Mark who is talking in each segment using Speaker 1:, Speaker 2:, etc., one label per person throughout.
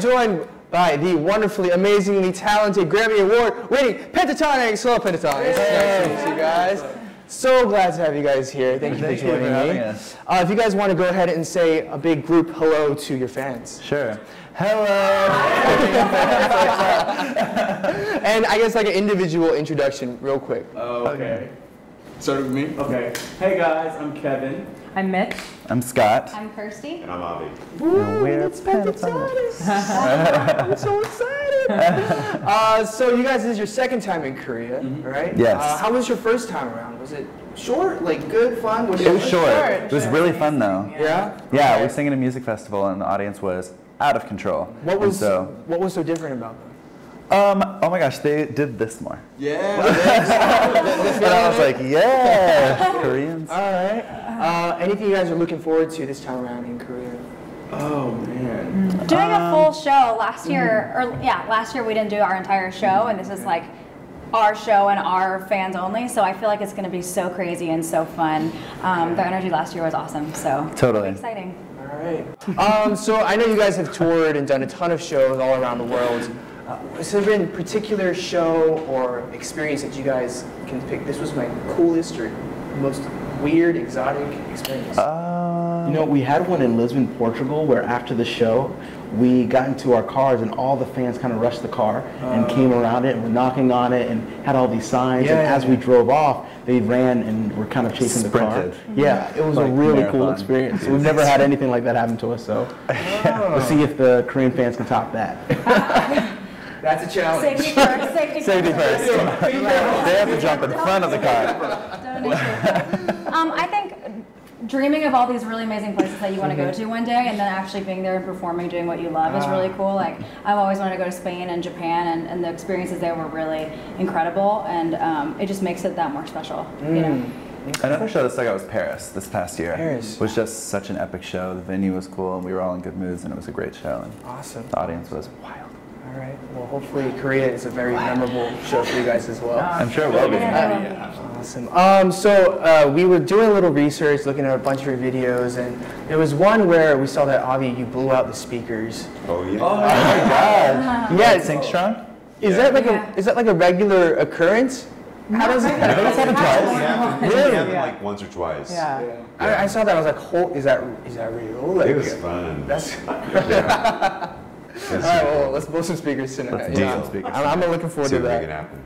Speaker 1: joined by the wonderfully, amazingly talented Grammy Award winning Pentatonic Slow Pentatonics. Nice to meet you guys. So glad to have you guys here. Thank you
Speaker 2: Thank
Speaker 1: for
Speaker 2: you for
Speaker 1: joining me.
Speaker 2: having us.
Speaker 1: Uh, if you guys want to go ahead and say a big group hello to your fans.
Speaker 2: Sure. Hello.
Speaker 1: And I guess like an individual introduction, real quick.
Speaker 2: Uh,
Speaker 3: Okay. Started with me?
Speaker 4: Okay. Hey guys, I'm Kevin.
Speaker 5: I'm Mitch.
Speaker 2: I'm Scott.
Speaker 5: I'm Kirsty.
Speaker 3: And I'm Avi.
Speaker 2: And we're Pentatonics.
Speaker 1: I'm so excited. uh, so you guys, this is your second time in Korea, right?
Speaker 2: Mm-hmm. Yes.
Speaker 1: Uh, how was your first time around? Was it short, like good, fun? Was
Speaker 2: It was short.
Speaker 5: Sure,
Speaker 2: It was
Speaker 5: sure.
Speaker 2: really fun though.
Speaker 1: Yeah.
Speaker 2: Yeah, we
Speaker 1: Okay.
Speaker 2: were singing at a music festival and the audience was out of control.
Speaker 1: What
Speaker 2: And
Speaker 1: was
Speaker 2: so?
Speaker 1: what was so different about them?
Speaker 2: Um. Oh my gosh, they did this more.
Speaker 3: Yeah.
Speaker 2: And I was like, yeah, Koreans.
Speaker 1: All right. Uh, anything you guys are looking forward to this time around in Korea?
Speaker 3: oh man.
Speaker 5: Doing a full show last year, or yeah, last year we didn't do our entire show, and this is like our show and our fans only. So I feel like it's going to be so crazy and so fun. Um, the energy last year was awesome. So it'll be
Speaker 2: Totally.
Speaker 5: exciting.
Speaker 1: All right. Um, so I know you guys have toured and done a ton of shows all around the world. Uh, has there been a particular show or experience that you guys can pick? This was my coolest or most weird, exotic experience.
Speaker 2: Um,
Speaker 6: You know, we had one in Lisbon, Portugal, where after the show, we got into our cars and all the fans kind of rushed the car and came around it and were knocking on it and had all these signs. and
Speaker 1: Yeah.
Speaker 6: as we drove off, they ran and were kind of chasing
Speaker 2: Sprinted.
Speaker 6: the car. Yeah, it was
Speaker 2: Like
Speaker 6: a really cool
Speaker 2: marathon.
Speaker 6: experience. We've never had anything like that happen to us, so we'll see if the Korean fans can top that.
Speaker 1: That's a challenge.
Speaker 5: Safety first. Safety,
Speaker 2: Safety first. They have to jump in front of the car.
Speaker 5: um, I think dreaming of all these really amazing places that you want to go
Speaker 2: Mm-hmm.
Speaker 5: to one day and then actually being there and performing, doing what you love is
Speaker 2: Ah.
Speaker 5: really cool. Like, I've always wanted to go to Spain and Japan, and, and the experiences there were really incredible, and um, it just makes it that more special,
Speaker 2: Mm,
Speaker 5: you
Speaker 1: Hmm.
Speaker 5: know?
Speaker 2: Another show that stuck out was Paris this past year.
Speaker 1: Paris.
Speaker 2: was just such an epic show. The venue was cool, and we were all in good moods, and it was a great show. And
Speaker 1: Awesome.
Speaker 2: the audience was wild.
Speaker 1: All right. Well, hopefully Korea is a very memorable show for you guys as well.
Speaker 2: I'm sure it will be.
Speaker 1: Awesome. Um, so uh, we were doing a little research, looking at a bunch of your videos, and there was one where we saw that Avi, you blew out the speakers.
Speaker 3: Oh yeah.
Speaker 1: Yeah, it's-
Speaker 2: Sing strong.
Speaker 1: is that like
Speaker 5: Yeah.
Speaker 1: a is that like a regular occurrence? How does it?
Speaker 3: happened,
Speaker 1: Really?
Speaker 3: it happened like once or twice.
Speaker 7: Yeah.
Speaker 1: I, I saw that. I was like, "Hol- is that is that real?" Like,
Speaker 3: It was fun.
Speaker 1: That's
Speaker 3: yeah.
Speaker 1: all right. Well, let's blow some speakers tonight.
Speaker 2: Let's blow some speakers
Speaker 1: I'm, I'm looking forward
Speaker 3: See
Speaker 1: to
Speaker 3: if we
Speaker 1: that.
Speaker 3: can happen.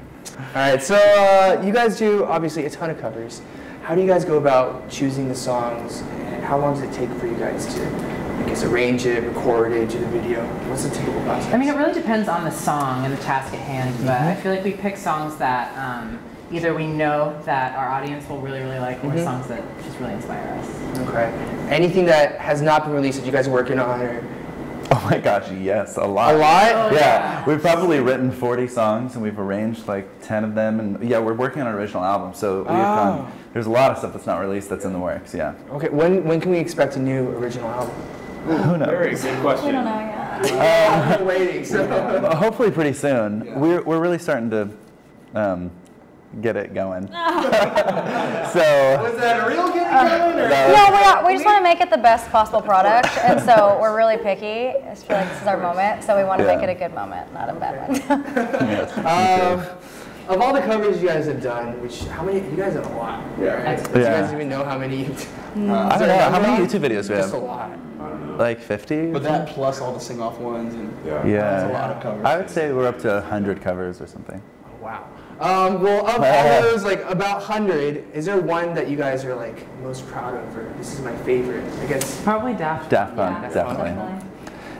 Speaker 1: All right, so uh, you guys do obviously a ton of covers. How do you guys go about choosing the songs, and how long does it take for you guys to, I guess, arrange it, record it, do the video? What's the typical process?
Speaker 7: I mean, it really depends on the song and the task at hand, but I feel like we pick songs that um, either we know that our audience will really, really like, or songs that just really inspire us.
Speaker 1: okay. Anything that has not been released that you guys are working on, or
Speaker 2: Oh my gosh, yes, a lot.
Speaker 1: a lot?
Speaker 7: Oh,
Speaker 2: Yeah, we've probably written 40 songs and we've arranged like 10 of them. And yeah, we're working on an original album, so we've
Speaker 1: Oh.
Speaker 2: done, there's a lot of stuff that's not released that's in the works. Yeah.
Speaker 1: Okay. When when can we expect a new original album?
Speaker 2: Who knows?
Speaker 4: Very good
Speaker 5: We don't
Speaker 4: question.
Speaker 5: know yet.
Speaker 1: I've been waiting. So.
Speaker 2: Uh, hopefully, pretty soon. We're, we're really starting to um, get it going. so,
Speaker 1: Was that a real getting going?
Speaker 2: that
Speaker 5: No, we, are, we just want to make it the best possible product, and so we're really picky. I feel like this is our moment, so we want to
Speaker 2: Yeah.
Speaker 5: make it a good moment, not a bad one.
Speaker 2: um,
Speaker 1: Of all the covers you guys have done, which how many? You guys have a lot.
Speaker 3: Yeah.
Speaker 1: Right? Do you
Speaker 2: Yeah.
Speaker 1: guys even know how many? You've
Speaker 2: I don't know. How many YouTube videos we
Speaker 1: Just a
Speaker 2: have?
Speaker 1: lot.
Speaker 2: Like 50?
Speaker 4: But that plus all the sing off ones and
Speaker 3: Yeah.
Speaker 2: yeah.
Speaker 4: a lot of covers.
Speaker 2: I would say we're up to 100 covers or something.
Speaker 1: Wow. Um, well, of all those, like about hundred, is there one that you guys are like most proud of, or this is my favorite? I guess.
Speaker 7: Probably Daft.
Speaker 2: Daft Punk, definitely.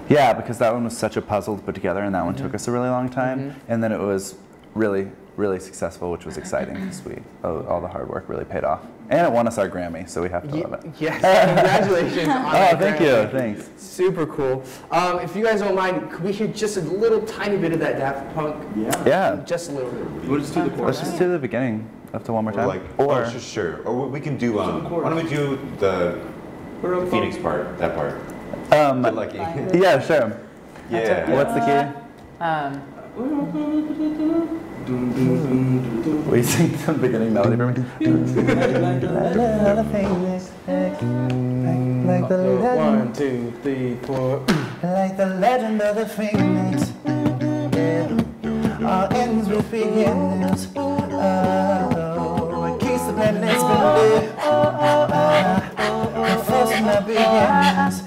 Speaker 2: Yeah, because that one was such a puzzle to put together, and that one
Speaker 1: Mm-hmm.
Speaker 2: took us a really long time. And then it was really, really successful, which was exciting because we all, all the hard work really paid off, and it won us our Grammy, so we have to
Speaker 1: Ye-
Speaker 2: love it.
Speaker 1: yes. Congratulations. on
Speaker 2: Oh,
Speaker 1: that
Speaker 2: thank
Speaker 1: Grammy.
Speaker 2: you, thanks.
Speaker 1: Super cool. Um, if you guys don't mind, could we hear just a little tiny bit of that Daft Punk?
Speaker 4: yeah.
Speaker 2: Yeah,
Speaker 1: Just a little bit.
Speaker 3: We'll just do the chorus.
Speaker 2: let's just do the beginning up to one more
Speaker 3: Or
Speaker 2: time.
Speaker 3: like,
Speaker 2: or
Speaker 3: oh, sure, sure. Or we- we can do, um,
Speaker 4: chorus.
Speaker 3: why don't we do the Phoenix part, that part.
Speaker 2: um,
Speaker 3: But lucky.
Speaker 2: yeah, sure.
Speaker 3: Yeah.
Speaker 2: What's the
Speaker 1: Uh,
Speaker 2: key?
Speaker 7: Um,
Speaker 2: We sing the beginning melody for me. Like
Speaker 8: Uh,
Speaker 2: the legend,
Speaker 4: One, two, three, four.
Speaker 2: like the legend of the phoenix. All ends with beginnings. Oh, it keeps the planets believing. Oh, first in the beginnings.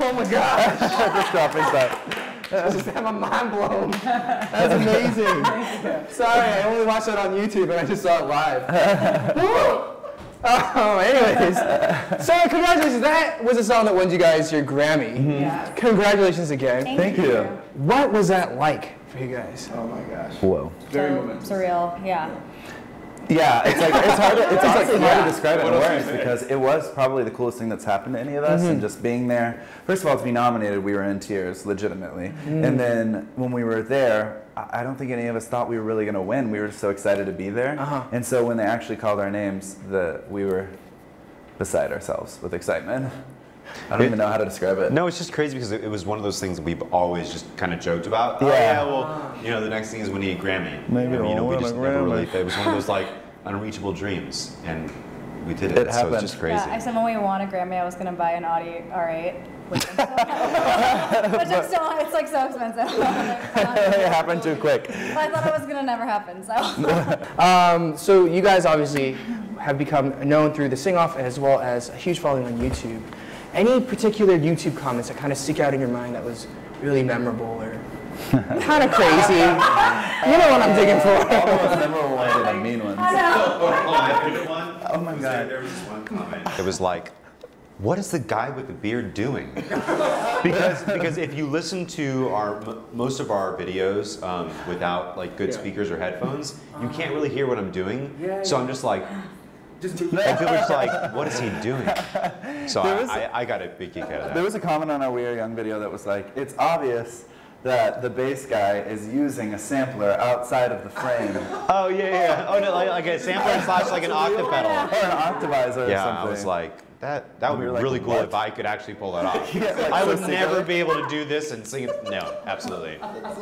Speaker 1: Oh my god,
Speaker 2: Just dropping that.
Speaker 1: I just had my mind blown. That's amazing. Sorry, I only watched that on YouTube and I just saw it live. oh, anyways. So congratulations. That was a song that won you guys your Grammy.
Speaker 5: Mm-hmm.
Speaker 7: Yeah.
Speaker 1: Congratulations again.
Speaker 2: Thank you.
Speaker 1: What was that like for you guys?
Speaker 4: Oh my gosh.
Speaker 2: Whoa.
Speaker 4: Very
Speaker 5: So
Speaker 4: momentous.
Speaker 5: Surreal, yeah.
Speaker 2: Yeah, it's like it's hard. To, it's honestly hard
Speaker 1: yeah.
Speaker 2: to describe it in
Speaker 3: What else
Speaker 2: words
Speaker 3: to say?
Speaker 2: because it was probably the coolest thing that's happened to any of us, and just being there. First of all, to be nominated, we were in tears, legitimately, and then when we were there. I- I don't think any of us thought we were really going to win. We were just so excited to be there,
Speaker 1: Uh-huh.
Speaker 2: and so when they actually called our names, the we were beside ourselves with excitement. I don't
Speaker 3: It-
Speaker 2: even know how to describe it.
Speaker 3: No, it's just crazy because it, it was one of those things that we've always just kind of joked about. Oh,
Speaker 2: Yeah.
Speaker 3: yeah, well, you know, the next thing is we need a Grammy.
Speaker 2: Maybe
Speaker 3: And, you know,
Speaker 2: I'll
Speaker 3: we
Speaker 2: win a
Speaker 3: just never
Speaker 2: Grammy.
Speaker 3: really. It was one of those like unreachable dreams, and we did it.
Speaker 2: It
Speaker 3: so
Speaker 2: happened.
Speaker 3: it's just crazy.
Speaker 5: Yeah, I said when we won a Grammy, I was gonna buy an Audi R8, which I'm still, which I'm still it's like so expensive.
Speaker 2: it happened too quick.
Speaker 5: But I thought it was gonna never happen, so.
Speaker 1: Um, so you guys obviously have become known through the sing-off as well as a huge following on YouTube. Any particular YouTube comments that kind of stick out in your mind that was really memorable or kind of crazy? you know what I'm digging for.
Speaker 2: Almost memorable ones and the mean ones.
Speaker 3: Oh, my favorite one.
Speaker 2: Oh my
Speaker 3: was there-
Speaker 2: God.
Speaker 3: There was this one comment. It was like, what is the guy with the beard doing? because because if you listen to our m- most of our videos um, without like good speakers or headphones, you
Speaker 2: Uh-huh.
Speaker 3: can't really hear what I'm doing. so I'm just like. and people are just like, what is he doing? So
Speaker 2: There
Speaker 3: I,
Speaker 2: was-
Speaker 3: I, I got a big kick out of
Speaker 2: There
Speaker 3: that.
Speaker 2: was a comment on our We Are Young video that was like, it's obvious that the bass guy is using a sampler outside of the frame or
Speaker 3: Oh yeah, yeah. Oh no, like, like a sampler slash like an octave pedal.
Speaker 2: an octavizer or
Speaker 3: Yeah,
Speaker 2: something.
Speaker 3: I was like, that that would
Speaker 2: We
Speaker 3: be
Speaker 2: were like,
Speaker 3: really cool
Speaker 2: what?
Speaker 3: if I could actually pull that off.
Speaker 2: Yeah, like,
Speaker 3: I would
Speaker 2: so
Speaker 3: never
Speaker 2: together.
Speaker 3: be able to do this and sing it. No, absolutely. Not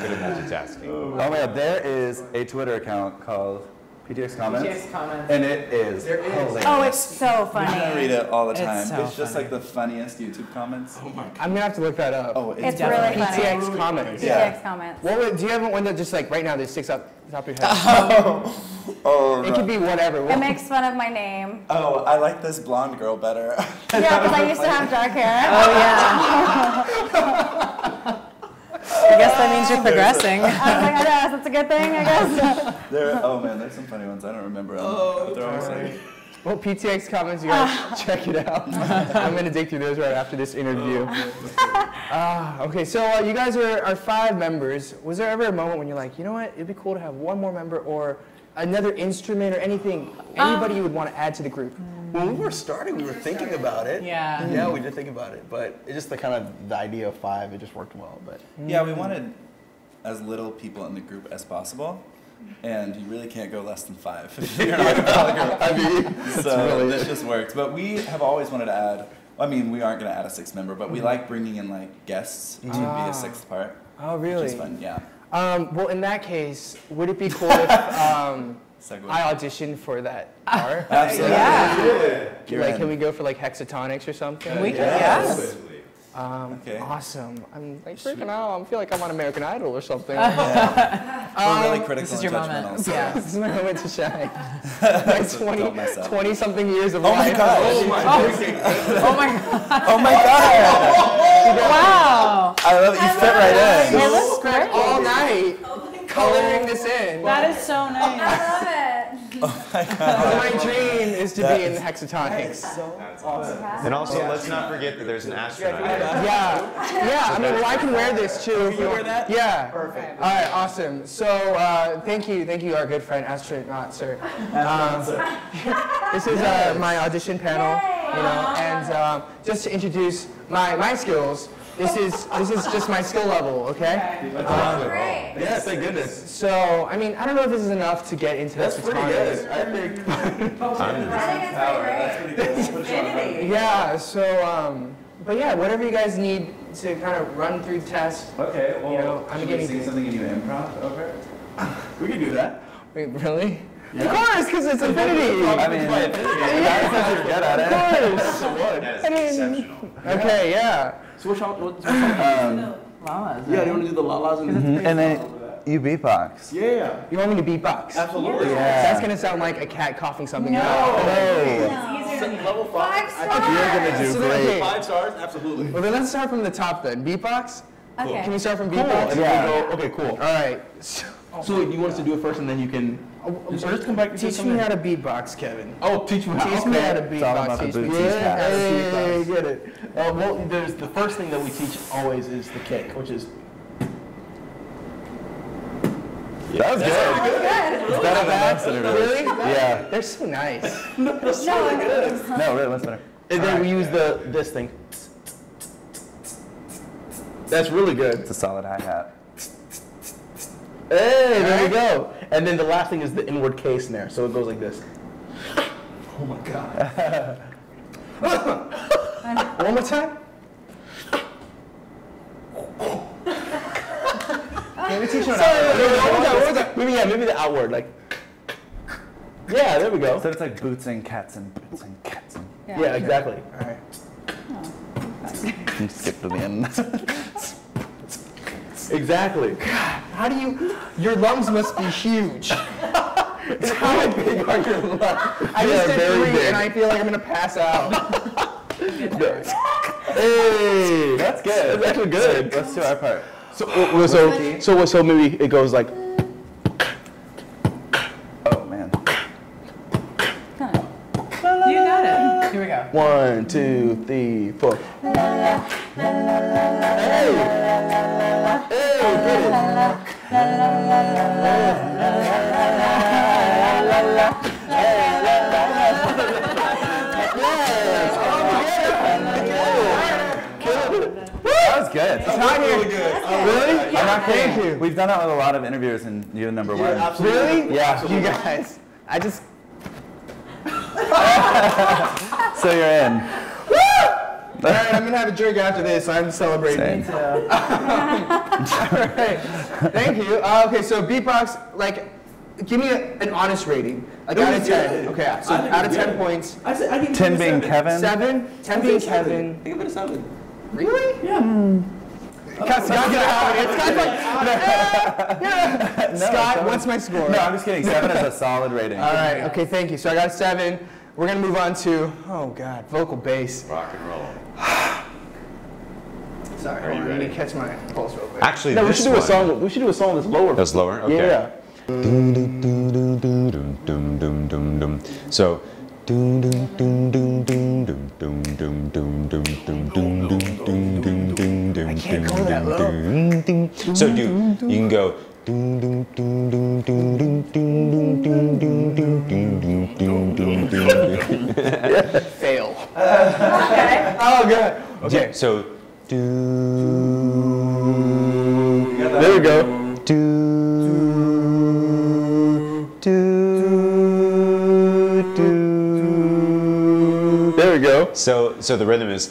Speaker 3: good at multitasking.
Speaker 2: oh my god, there is a Twitter account called PTX Comments.
Speaker 7: PTX Comments.
Speaker 2: And it is. There is. Hilarious.
Speaker 5: Oh, it's so
Speaker 2: I read
Speaker 5: funny.
Speaker 2: it all the
Speaker 7: It's
Speaker 2: time. It's,
Speaker 7: so
Speaker 2: just
Speaker 7: funny.
Speaker 2: like the funniest YouTube comments. Oh,
Speaker 1: I'm gonna have to look that up.
Speaker 5: It's
Speaker 7: definitely
Speaker 5: really funny.
Speaker 1: PTX comments.
Speaker 2: Yeah.
Speaker 5: PTX comments.
Speaker 1: What would, do you have one that just like right now that sticks up top of your head?
Speaker 2: oh,
Speaker 1: It could be whatever.
Speaker 5: It makes fun of my name.
Speaker 2: oh, I like this blonde girl better.
Speaker 5: Yeah, because I used to have dark hair. Oh, yeah.
Speaker 7: I guess that means you're progressing.
Speaker 5: I was like, I guess that's a good thing, I guess.
Speaker 2: there, oh man, there's some funny ones. I don't remember. Oh, they're always like,
Speaker 1: Well, PTX comments, you guys check it out. I'm gonna dig through those right after this interview. Ah, okay. So uh, you guys are, are five members. Was there ever a moment when you're like, you know what, it'd be cool to have one more member or another instrument or anything, anybody you would want to add to the group?
Speaker 6: When we were starting, we were thinking about it.
Speaker 7: Yeah.
Speaker 6: Yeah, we did think about it, but it just the kind of the idea of five, it just worked well. But
Speaker 9: Yeah, we wanted as little people in the group as possible, and you really can't go less than five. if You're not in the group. I mean, so
Speaker 1: really-
Speaker 9: this just works. But we have always wanted to add. I mean, we aren't going to add a sixth member, but we like bringing in like guests to be a sixth part.
Speaker 1: Oh,
Speaker 9: Which
Speaker 1: really?
Speaker 9: is fun. Yeah.
Speaker 1: Um, well, in that case, would it be cool if um,
Speaker 9: Segue.
Speaker 1: I auditioned for that part?
Speaker 9: Absolutely.
Speaker 7: Yeah.
Speaker 9: You're
Speaker 1: like,
Speaker 9: in.
Speaker 1: can we go for like hexatonics or something?
Speaker 7: We can, yes.
Speaker 1: Um,
Speaker 9: Okay.
Speaker 1: Awesome. I'm like freaking out. I feel like I'm on American Idol or something.
Speaker 9: We're really critical
Speaker 7: This is
Speaker 9: and
Speaker 7: your
Speaker 9: judgmental.
Speaker 7: moment.
Speaker 9: so-
Speaker 7: Yeah.
Speaker 1: This is my moment to shine. My 20,
Speaker 9: Don't mess up.
Speaker 1: 20 something years of
Speaker 9: Oh my
Speaker 1: life.
Speaker 9: gosh.
Speaker 7: Oh my god.
Speaker 9: Oh my god.
Speaker 7: Wow.
Speaker 9: I love it. You fit right in.
Speaker 7: It looks great.
Speaker 1: All night
Speaker 9: Oh
Speaker 1: coloring this in.
Speaker 7: That is so nice.
Speaker 5: I love it.
Speaker 1: my dream is to be in hexatonics.
Speaker 3: And also, let's not forget that there's an astronaut.
Speaker 1: Yeah, yeah. I mean, well, I can wear this too. if Oh, you wear that? Yeah. Perfect. All right, awesome. So, uh, thank you, thank you, our good friend astronaut sir. Um, this is uh, my audition panel, you know, and um, just to introduce my my skills. This is this is just my skill level, okay?
Speaker 5: Great.
Speaker 9: Yeah, thank goodness.
Speaker 1: So, I mean, I don't know if this is enough to get into That's
Speaker 9: I think.
Speaker 5: I think it's pretty great.
Speaker 1: Yeah, so, um, but yeah, whatever you guys need to kind of run through the test.
Speaker 2: okay, well,
Speaker 1: You know, I'm
Speaker 2: should we
Speaker 1: getting
Speaker 2: sing
Speaker 1: good.
Speaker 2: something and you improv over? it?
Speaker 9: We could do that.
Speaker 1: Wait, really? Of course, because it's infinity.
Speaker 9: I mean, that's what you're good
Speaker 1: Of
Speaker 9: at
Speaker 1: course.
Speaker 3: That is exceptional.
Speaker 1: Okay, yeah.
Speaker 8: So what y'all? What, what y'all um,
Speaker 7: Lalas.
Speaker 8: yeah, they want to do the lalas and the
Speaker 2: it. And then you beatbox.
Speaker 8: yeah,
Speaker 1: You want me to beatbox?
Speaker 8: absolutely.
Speaker 1: That's gonna sound like a cat coughing something
Speaker 5: No.
Speaker 1: out.
Speaker 5: It's easier than-
Speaker 8: Level
Speaker 5: Five
Speaker 8: five.
Speaker 5: stars.
Speaker 2: You're gonna do
Speaker 1: So then,
Speaker 2: great.
Speaker 1: okay,
Speaker 8: Five stars, absolutely.
Speaker 1: Well, then let's start from the top then. Beatbox? Can we
Speaker 5: Okay.
Speaker 1: start from beatbox?
Speaker 2: Yeah.
Speaker 8: okay, cool.
Speaker 1: All right. So,
Speaker 8: So you want us to do it first, and then you can.
Speaker 1: Oh.
Speaker 8: Just, just come back. and say
Speaker 1: teach me
Speaker 8: something.
Speaker 1: how to beatbox, Kevin.
Speaker 8: Oh, teach me how.
Speaker 1: Teach
Speaker 8: okay.
Speaker 1: me how to
Speaker 2: It's all
Speaker 1: beatbox.
Speaker 2: about the
Speaker 1: Teach me
Speaker 2: booties,
Speaker 1: Yeah,
Speaker 2: Pat.
Speaker 1: hey,
Speaker 8: I get it. Uh, well, there's the first thing that we teach always is the kick, which is
Speaker 2: That was good.
Speaker 5: Good.
Speaker 2: It's better than most interviews.
Speaker 1: Really?
Speaker 2: Yeah.
Speaker 1: They're so nice.
Speaker 5: No, it's-
Speaker 2: No, really, that's better.
Speaker 8: And then we use the this thing. That's really good.
Speaker 2: It's a solid hi hat.
Speaker 8: Hey, there we go. And then the last thing is the inward K snare. So it goes like this. Oh my god.
Speaker 1: One more time. Can we teach them
Speaker 8: Wait, wait, what was that? What was that? Maybe yeah, maybe the outward like. Yeah, there we go.
Speaker 2: So it's like boots and cats and boots and cats and.
Speaker 8: Yeah, exactly.
Speaker 2: and skip to the end.
Speaker 8: Exactly.
Speaker 1: How do you? Your lungs must be huge.
Speaker 8: How big are your lungs?
Speaker 1: I just did
Speaker 8: very
Speaker 1: three,
Speaker 8: big.
Speaker 1: and I feel like I'm gonna pass out.
Speaker 8: Hey,
Speaker 2: That's good.
Speaker 8: That's actually good.
Speaker 2: Let's do our part.
Speaker 8: So, well, so, so, so maybe it goes like.
Speaker 2: Oh man.
Speaker 7: You got it. Here we go.
Speaker 8: One, two, three, four. Hey! Hey,
Speaker 2: That was good.
Speaker 1: Tanya, Really?
Speaker 2: I'm not
Speaker 1: Thank
Speaker 2: kidding.
Speaker 1: you.
Speaker 2: We've done that with a lot of interviewers, and you're number one.
Speaker 1: Really?
Speaker 2: Yeah.
Speaker 1: You guys. I just.
Speaker 2: So you're in.
Speaker 1: All right, I'm gonna have a drink after this. I'm celebrating.
Speaker 2: Same.
Speaker 1: Alright, Thank you. Uh, okay, so beatbox, like, give me a, an honest rating. Like, out of 10. Okay, so out of 10 points.
Speaker 8: I said I give it
Speaker 2: Ten
Speaker 8: a
Speaker 2: being
Speaker 8: seven.
Speaker 2: Kevin.
Speaker 1: 7? 10 being Kevin.
Speaker 8: I give it a seven.
Speaker 1: Really? Yeah. Scott's not gonna have it. Scott's like, "Ah, yeah." Scott,
Speaker 2: seven.
Speaker 1: what's my score?
Speaker 2: No, I'm just kidding. Seven is a solid rating.
Speaker 1: All right, okay, thank you. So I got a 7. We're gonna move on to, oh god, vocal bass.
Speaker 3: Rock and roll.
Speaker 1: Sorry,
Speaker 3: Are you
Speaker 1: hold on, I need
Speaker 3: ready?
Speaker 1: to catch my pulse real quick.
Speaker 3: Actually,
Speaker 8: No, we
Speaker 3: this
Speaker 8: should do a
Speaker 3: one-
Speaker 8: song. We should do a song that's lower.
Speaker 3: That's lower. Okay.
Speaker 8: Yeah.
Speaker 3: So. I can't go that low. So do you can go.
Speaker 1: Fail.
Speaker 7: Okay.
Speaker 1: Oh god. Okay.
Speaker 3: So.
Speaker 8: There we go. There we go.
Speaker 3: So so the rhythm is.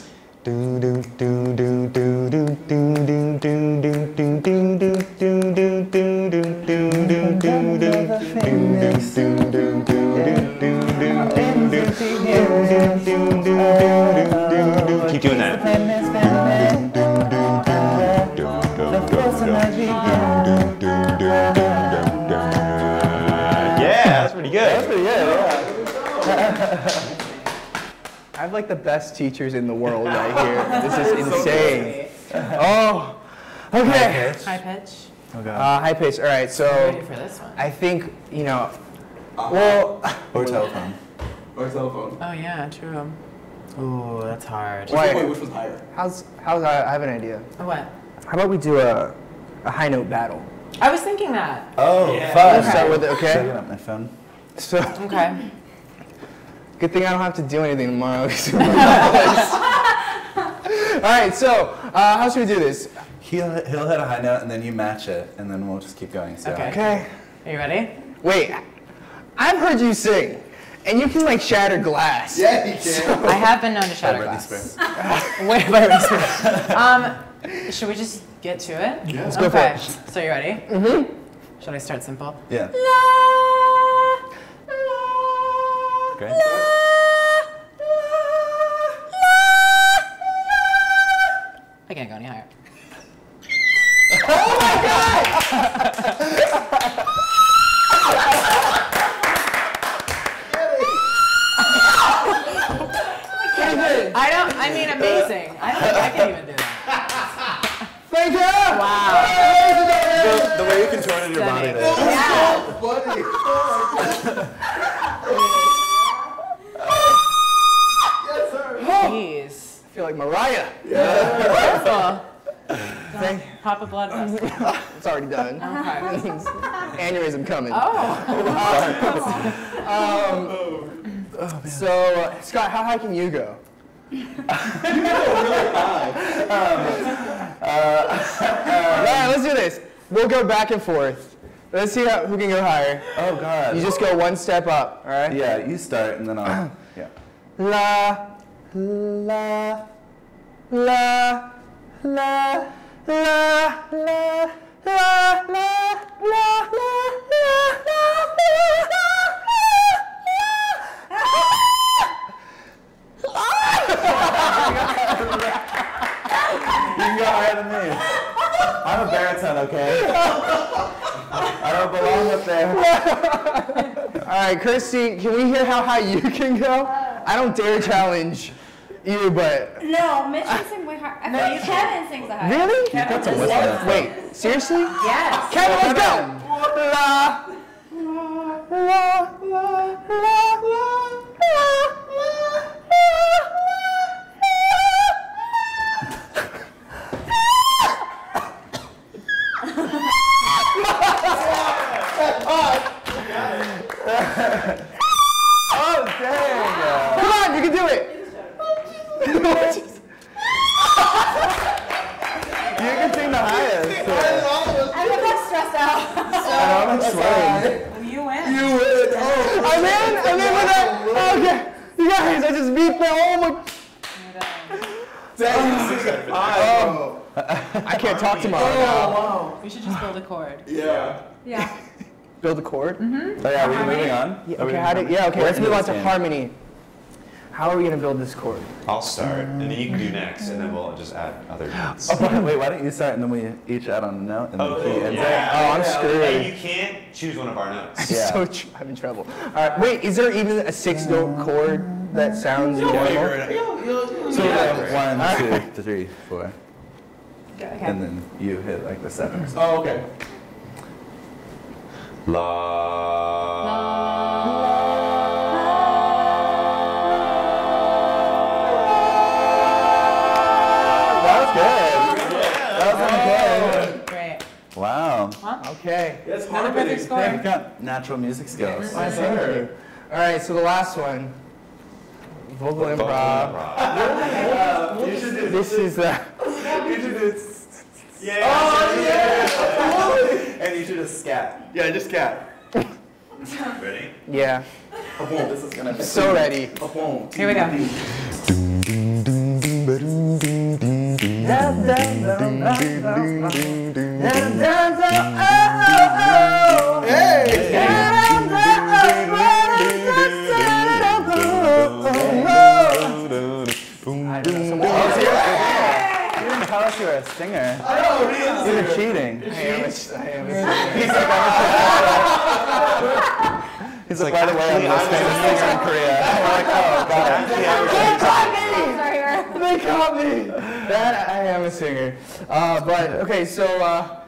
Speaker 3: Keep doing that. Yeah, that's pretty good.
Speaker 1: I have like the best teachers in the world right here. This is insane. Oh, okay.
Speaker 7: High pitch.
Speaker 1: Uh, high pitch. All right,
Speaker 7: Ready
Speaker 1: so
Speaker 7: for this one?
Speaker 1: I think you know. Well,
Speaker 9: Or telephone.
Speaker 8: Or cell phone.
Speaker 7: Oh yeah, true. Ooh, that's hard.
Speaker 8: Wait,
Speaker 1: wait.
Speaker 8: which was higher?
Speaker 1: How's how's I, I have an idea.
Speaker 7: What?
Speaker 1: How about we do a a high note battle?
Speaker 7: I was thinking that.
Speaker 2: Oh,
Speaker 1: Let's
Speaker 2: fun.
Speaker 1: start with it.
Speaker 2: Should I
Speaker 1: Okay.
Speaker 2: get up my phone?
Speaker 1: So
Speaker 7: Okay.
Speaker 1: good thing I don't have to do anything tomorrow. 'cause I'm All right. So uh, how should we do this?
Speaker 2: He'll, he'll hit a high note, and then you match it, and then we'll just keep going. So
Speaker 7: Okay.
Speaker 1: Okay.
Speaker 7: Are you ready?
Speaker 1: Wait. I've heard you sing, and you can like shatter glass. Yeah.
Speaker 7: I have been known to shatter glass. Wait, by Britney Spears. Um, should we just get to it? Yes.
Speaker 1: go for
Speaker 7: okay. So you ready? Mm-hmm. Should I start simple?
Speaker 2: Yeah. Great.
Speaker 7: I can't go any higher. I don't. I mean, amazing. I don't think I can even do that.
Speaker 1: Thank you!
Speaker 7: Wow.
Speaker 9: The way you contorted your body
Speaker 7: Stunning.
Speaker 9: there.
Speaker 7: Yeah. Jeez.
Speaker 1: I feel like Mariah.
Speaker 7: Wonderful.
Speaker 1: Thank
Speaker 7: Pop a blood vessel.
Speaker 1: It's already done.
Speaker 7: Okay.
Speaker 1: Aneurysm coming.
Speaker 7: Oh.
Speaker 1: Um, So, uh, Scott, how high can you go? All right, Um, uh, let's do this. We'll go back and forth. Let's see how, who can go higher.
Speaker 2: Oh God.
Speaker 1: You just go one step up, all right?
Speaker 2: yeah, you start and then I'll. Yeah.
Speaker 1: La, la, la, la, la, la, la, la, la, la, la,
Speaker 2: You can go higher than me. I'm a baritone, okay? I don't belong up
Speaker 1: All
Speaker 2: there.
Speaker 1: right, Christy, can we hear how high you can go? I don't dare challenge you, but
Speaker 5: No, Mitch can sing way higher. I feel like Kevin sings the highest.
Speaker 1: really?
Speaker 7: That's a
Speaker 1: What? Wait, seriously?
Speaker 7: Yes.
Speaker 1: Kevin, let's go. La, la, la, la, la, la, la.
Speaker 2: Oh dang!
Speaker 1: Come on, you can do it.
Speaker 2: You can sing the highest.
Speaker 5: I'm a bit stressed out.
Speaker 2: And I'm sweating.
Speaker 7: You win.
Speaker 9: You would. Oh,
Speaker 1: I'm in. I'm in with that. oh, Okay, you guys, I just beat the whole. my-
Speaker 9: dang, you sing a high.
Speaker 1: oh, I can't talk tomorrow.
Speaker 7: We should just build a chord.
Speaker 9: Yeah.
Speaker 5: Yeah.
Speaker 1: Build a chord.
Speaker 2: Oh yeah, are we moving on?
Speaker 1: Yeah,
Speaker 2: Are we
Speaker 1: Mm-hmm. okay, how do,
Speaker 2: moving
Speaker 1: yeah, okay, let's
Speaker 2: into
Speaker 1: move on
Speaker 2: this
Speaker 1: to
Speaker 2: game?
Speaker 1: harmony. How are we gonna build this chord?
Speaker 3: I'll start, and then you can do next, and then we'll just add other notes.
Speaker 2: on? Oh, Wait, why don't you start and then we each add on a note and then he ends
Speaker 3: yeah.
Speaker 1: Oh, I'm
Speaker 3: And
Speaker 1: screwed.
Speaker 3: you can't choose one of our notes.
Speaker 2: Yeah.
Speaker 1: So tr- I'm in trouble. All right, wait, is there even a six note chord that sounds normal?
Speaker 9: Figure it out.
Speaker 2: it. So like one, two, three, four, and then you hit like the seven. or something.
Speaker 9: Oh, okay.
Speaker 2: That was good. That was
Speaker 7: Great.
Speaker 2: okay. Wow.
Speaker 1: Oh. Okay.
Speaker 9: That's
Speaker 7: Another perfect
Speaker 9: harmony.
Speaker 7: score.
Speaker 2: You've got natural music skills.
Speaker 1: All right, thank you. All right, so the last one vocal improv.
Speaker 3: Improv.
Speaker 9: You should do
Speaker 1: This is uh, Oh,
Speaker 9: You should do
Speaker 3: Yeah.
Speaker 9: And you should just scat. Yeah, just scat.
Speaker 3: Ready?
Speaker 1: yeah,
Speaker 9: Oh, This is gonna be
Speaker 1: so ready.
Speaker 9: boom.
Speaker 7: Here we go.
Speaker 2: You didn't tell us you were a singer.
Speaker 9: I know, it
Speaker 2: You were cheating.
Speaker 1: I am. a- I am. a-
Speaker 2: He's like, by the way, I'm the most famous singer in Korea. I'm like, oh god.
Speaker 5: Sorry.
Speaker 1: They caught me. That I am a singer. Uh, but okay, so uh,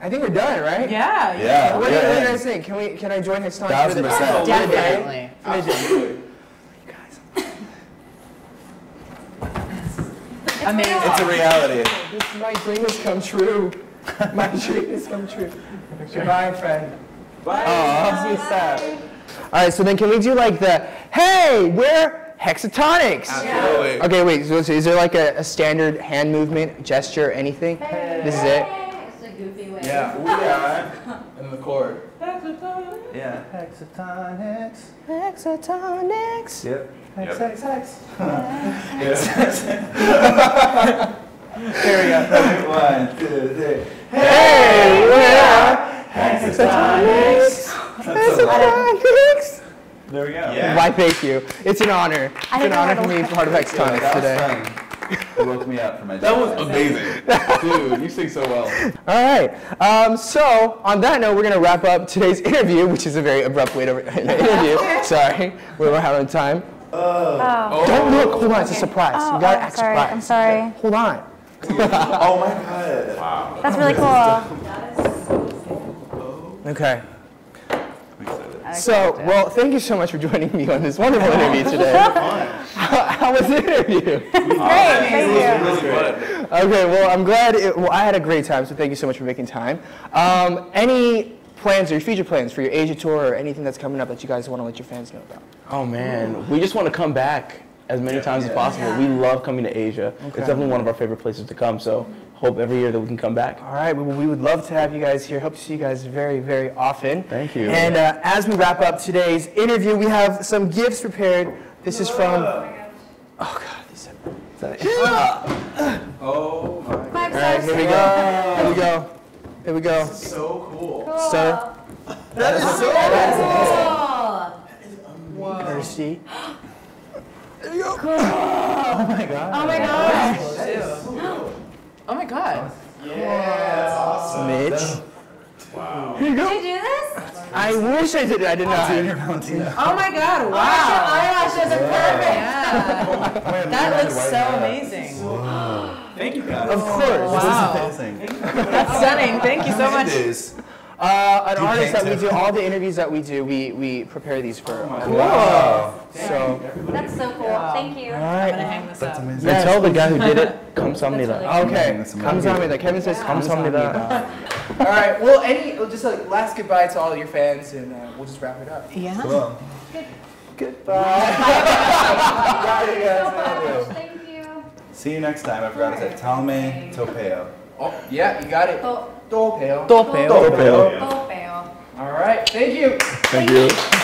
Speaker 1: I think we're done, right?
Speaker 7: Yeah. you-
Speaker 2: Yeah.
Speaker 1: What do you,
Speaker 2: yeah,
Speaker 1: what do you
Speaker 2: yeah.
Speaker 1: guys think? Can we? Can I join Hassan for
Speaker 2: Thousand
Speaker 1: the
Speaker 2: percent.
Speaker 1: for the day?
Speaker 7: Definitely.
Speaker 9: is.
Speaker 7: Amazing.
Speaker 2: It's a reality.
Speaker 1: This, my dream has come true. My dream has come true. Goodbye, friend. Bye. Aw, so sad. All right, so then can we do like the hey, we're hexatonics?
Speaker 9: Absolutely.
Speaker 1: Okay, wait. So, so is there like a, a standard hand movement, gesture, anything? This is it.
Speaker 5: It's a goofy way.
Speaker 9: Yeah, we are in the chord.
Speaker 2: Yeah. Hexatonics.
Speaker 1: Hexatonics.
Speaker 2: Yep.
Speaker 3: Yep.
Speaker 2: Hex, hex.
Speaker 9: Yeah.
Speaker 2: Here we go. One, two, three.
Speaker 1: Hey, we're Hexatonics! Hexatonics!
Speaker 9: There we go.
Speaker 1: Why, thank you. It's an honor. It's
Speaker 5: I
Speaker 1: an
Speaker 5: didn't know
Speaker 1: honor
Speaker 5: how
Speaker 1: for
Speaker 5: to
Speaker 1: me to be part of Hexatonics today.
Speaker 9: It woke me up for my
Speaker 8: That was amazing. Dude, you sing so well.
Speaker 1: All right. Um, so on that note, we're going to wrap up today's interview, which is a very abrupt way to end the interview. Sorry, we were out on time.
Speaker 5: Oh,
Speaker 1: Don't look. Hold on, it's a surprise. you gotta
Speaker 5: I'm
Speaker 1: act
Speaker 5: sorry. I'm
Speaker 1: surprised.
Speaker 5: sorry.
Speaker 1: Hold on.
Speaker 9: Oh my god.
Speaker 5: That's really cool.
Speaker 1: Okay. So, well, thank you so much for joining me on this wonderful interview today. how, how was the interview?
Speaker 5: Great. Thank you.
Speaker 1: Okay, well, I'm glad. It, well, I had a great time, so thank you so much for making time. Um, any plans or your future plans for your Asia tour or anything that's coming up that you guys want to let your fans know about?
Speaker 8: Oh man, we just want to come back as many times as possible. We love coming to Asia. It's definitely one of our favorite places to come. So hope every year that we can come back.
Speaker 1: All right, well, we would love to have you guys here. Hope to see you guys very, very often.
Speaker 8: Thank you.
Speaker 1: And uh, as we wrap up today's interview, we have some gifts prepared. This is from. Oh, God. This
Speaker 9: Oh my.
Speaker 5: Five
Speaker 1: All right,
Speaker 5: stars.
Speaker 1: here we go. Here we go. Here we go.
Speaker 9: So cool.
Speaker 5: Cool.
Speaker 1: Sir.
Speaker 5: Cool.
Speaker 1: Mercy.
Speaker 5: Oh my gosh.
Speaker 7: Oh my god.
Speaker 9: Uh,
Speaker 1: Mitch. Here you
Speaker 5: Did
Speaker 1: go.
Speaker 5: you do this?
Speaker 1: I wish I did. I did not.
Speaker 7: Oh my god, wow.
Speaker 5: Eyelashes are perfect.
Speaker 7: Yeah. That looks so amazing.
Speaker 9: Thank you guys.
Speaker 1: Of course.
Speaker 7: Wow.
Speaker 9: amazing.
Speaker 7: That's stunning. Thank you so much.
Speaker 9: Days.
Speaker 1: Uh, an
Speaker 9: You
Speaker 1: artist that
Speaker 9: can't
Speaker 1: we
Speaker 9: tell. Oh
Speaker 1: do all the interviews that we do, we we prepare these for. um,
Speaker 9: Wow.
Speaker 1: so
Speaker 5: That's so cool. Thank you.
Speaker 1: all
Speaker 7: I'm
Speaker 1: right.
Speaker 7: gonna hang this up.
Speaker 8: And tell the guy who did it, come somebody
Speaker 5: That's
Speaker 8: that.
Speaker 5: really
Speaker 1: Okay.
Speaker 9: That's amazing.
Speaker 1: Comes on me. That Kevin says comes on me.
Speaker 8: Kamsahamnida.
Speaker 1: All right. Well, any well, just like last goodbye to all your fans, and uh, we'll just wrap it up.
Speaker 7: Yeah.
Speaker 9: Well,
Speaker 5: Thank you.
Speaker 9: see you next time. I forgot to say. Talme Topeo.
Speaker 1: Oh, yeah, you got it.
Speaker 5: Oh,
Speaker 1: Dopeo.
Speaker 5: oh, fail.
Speaker 1: All right. Thank you.
Speaker 5: Thank you.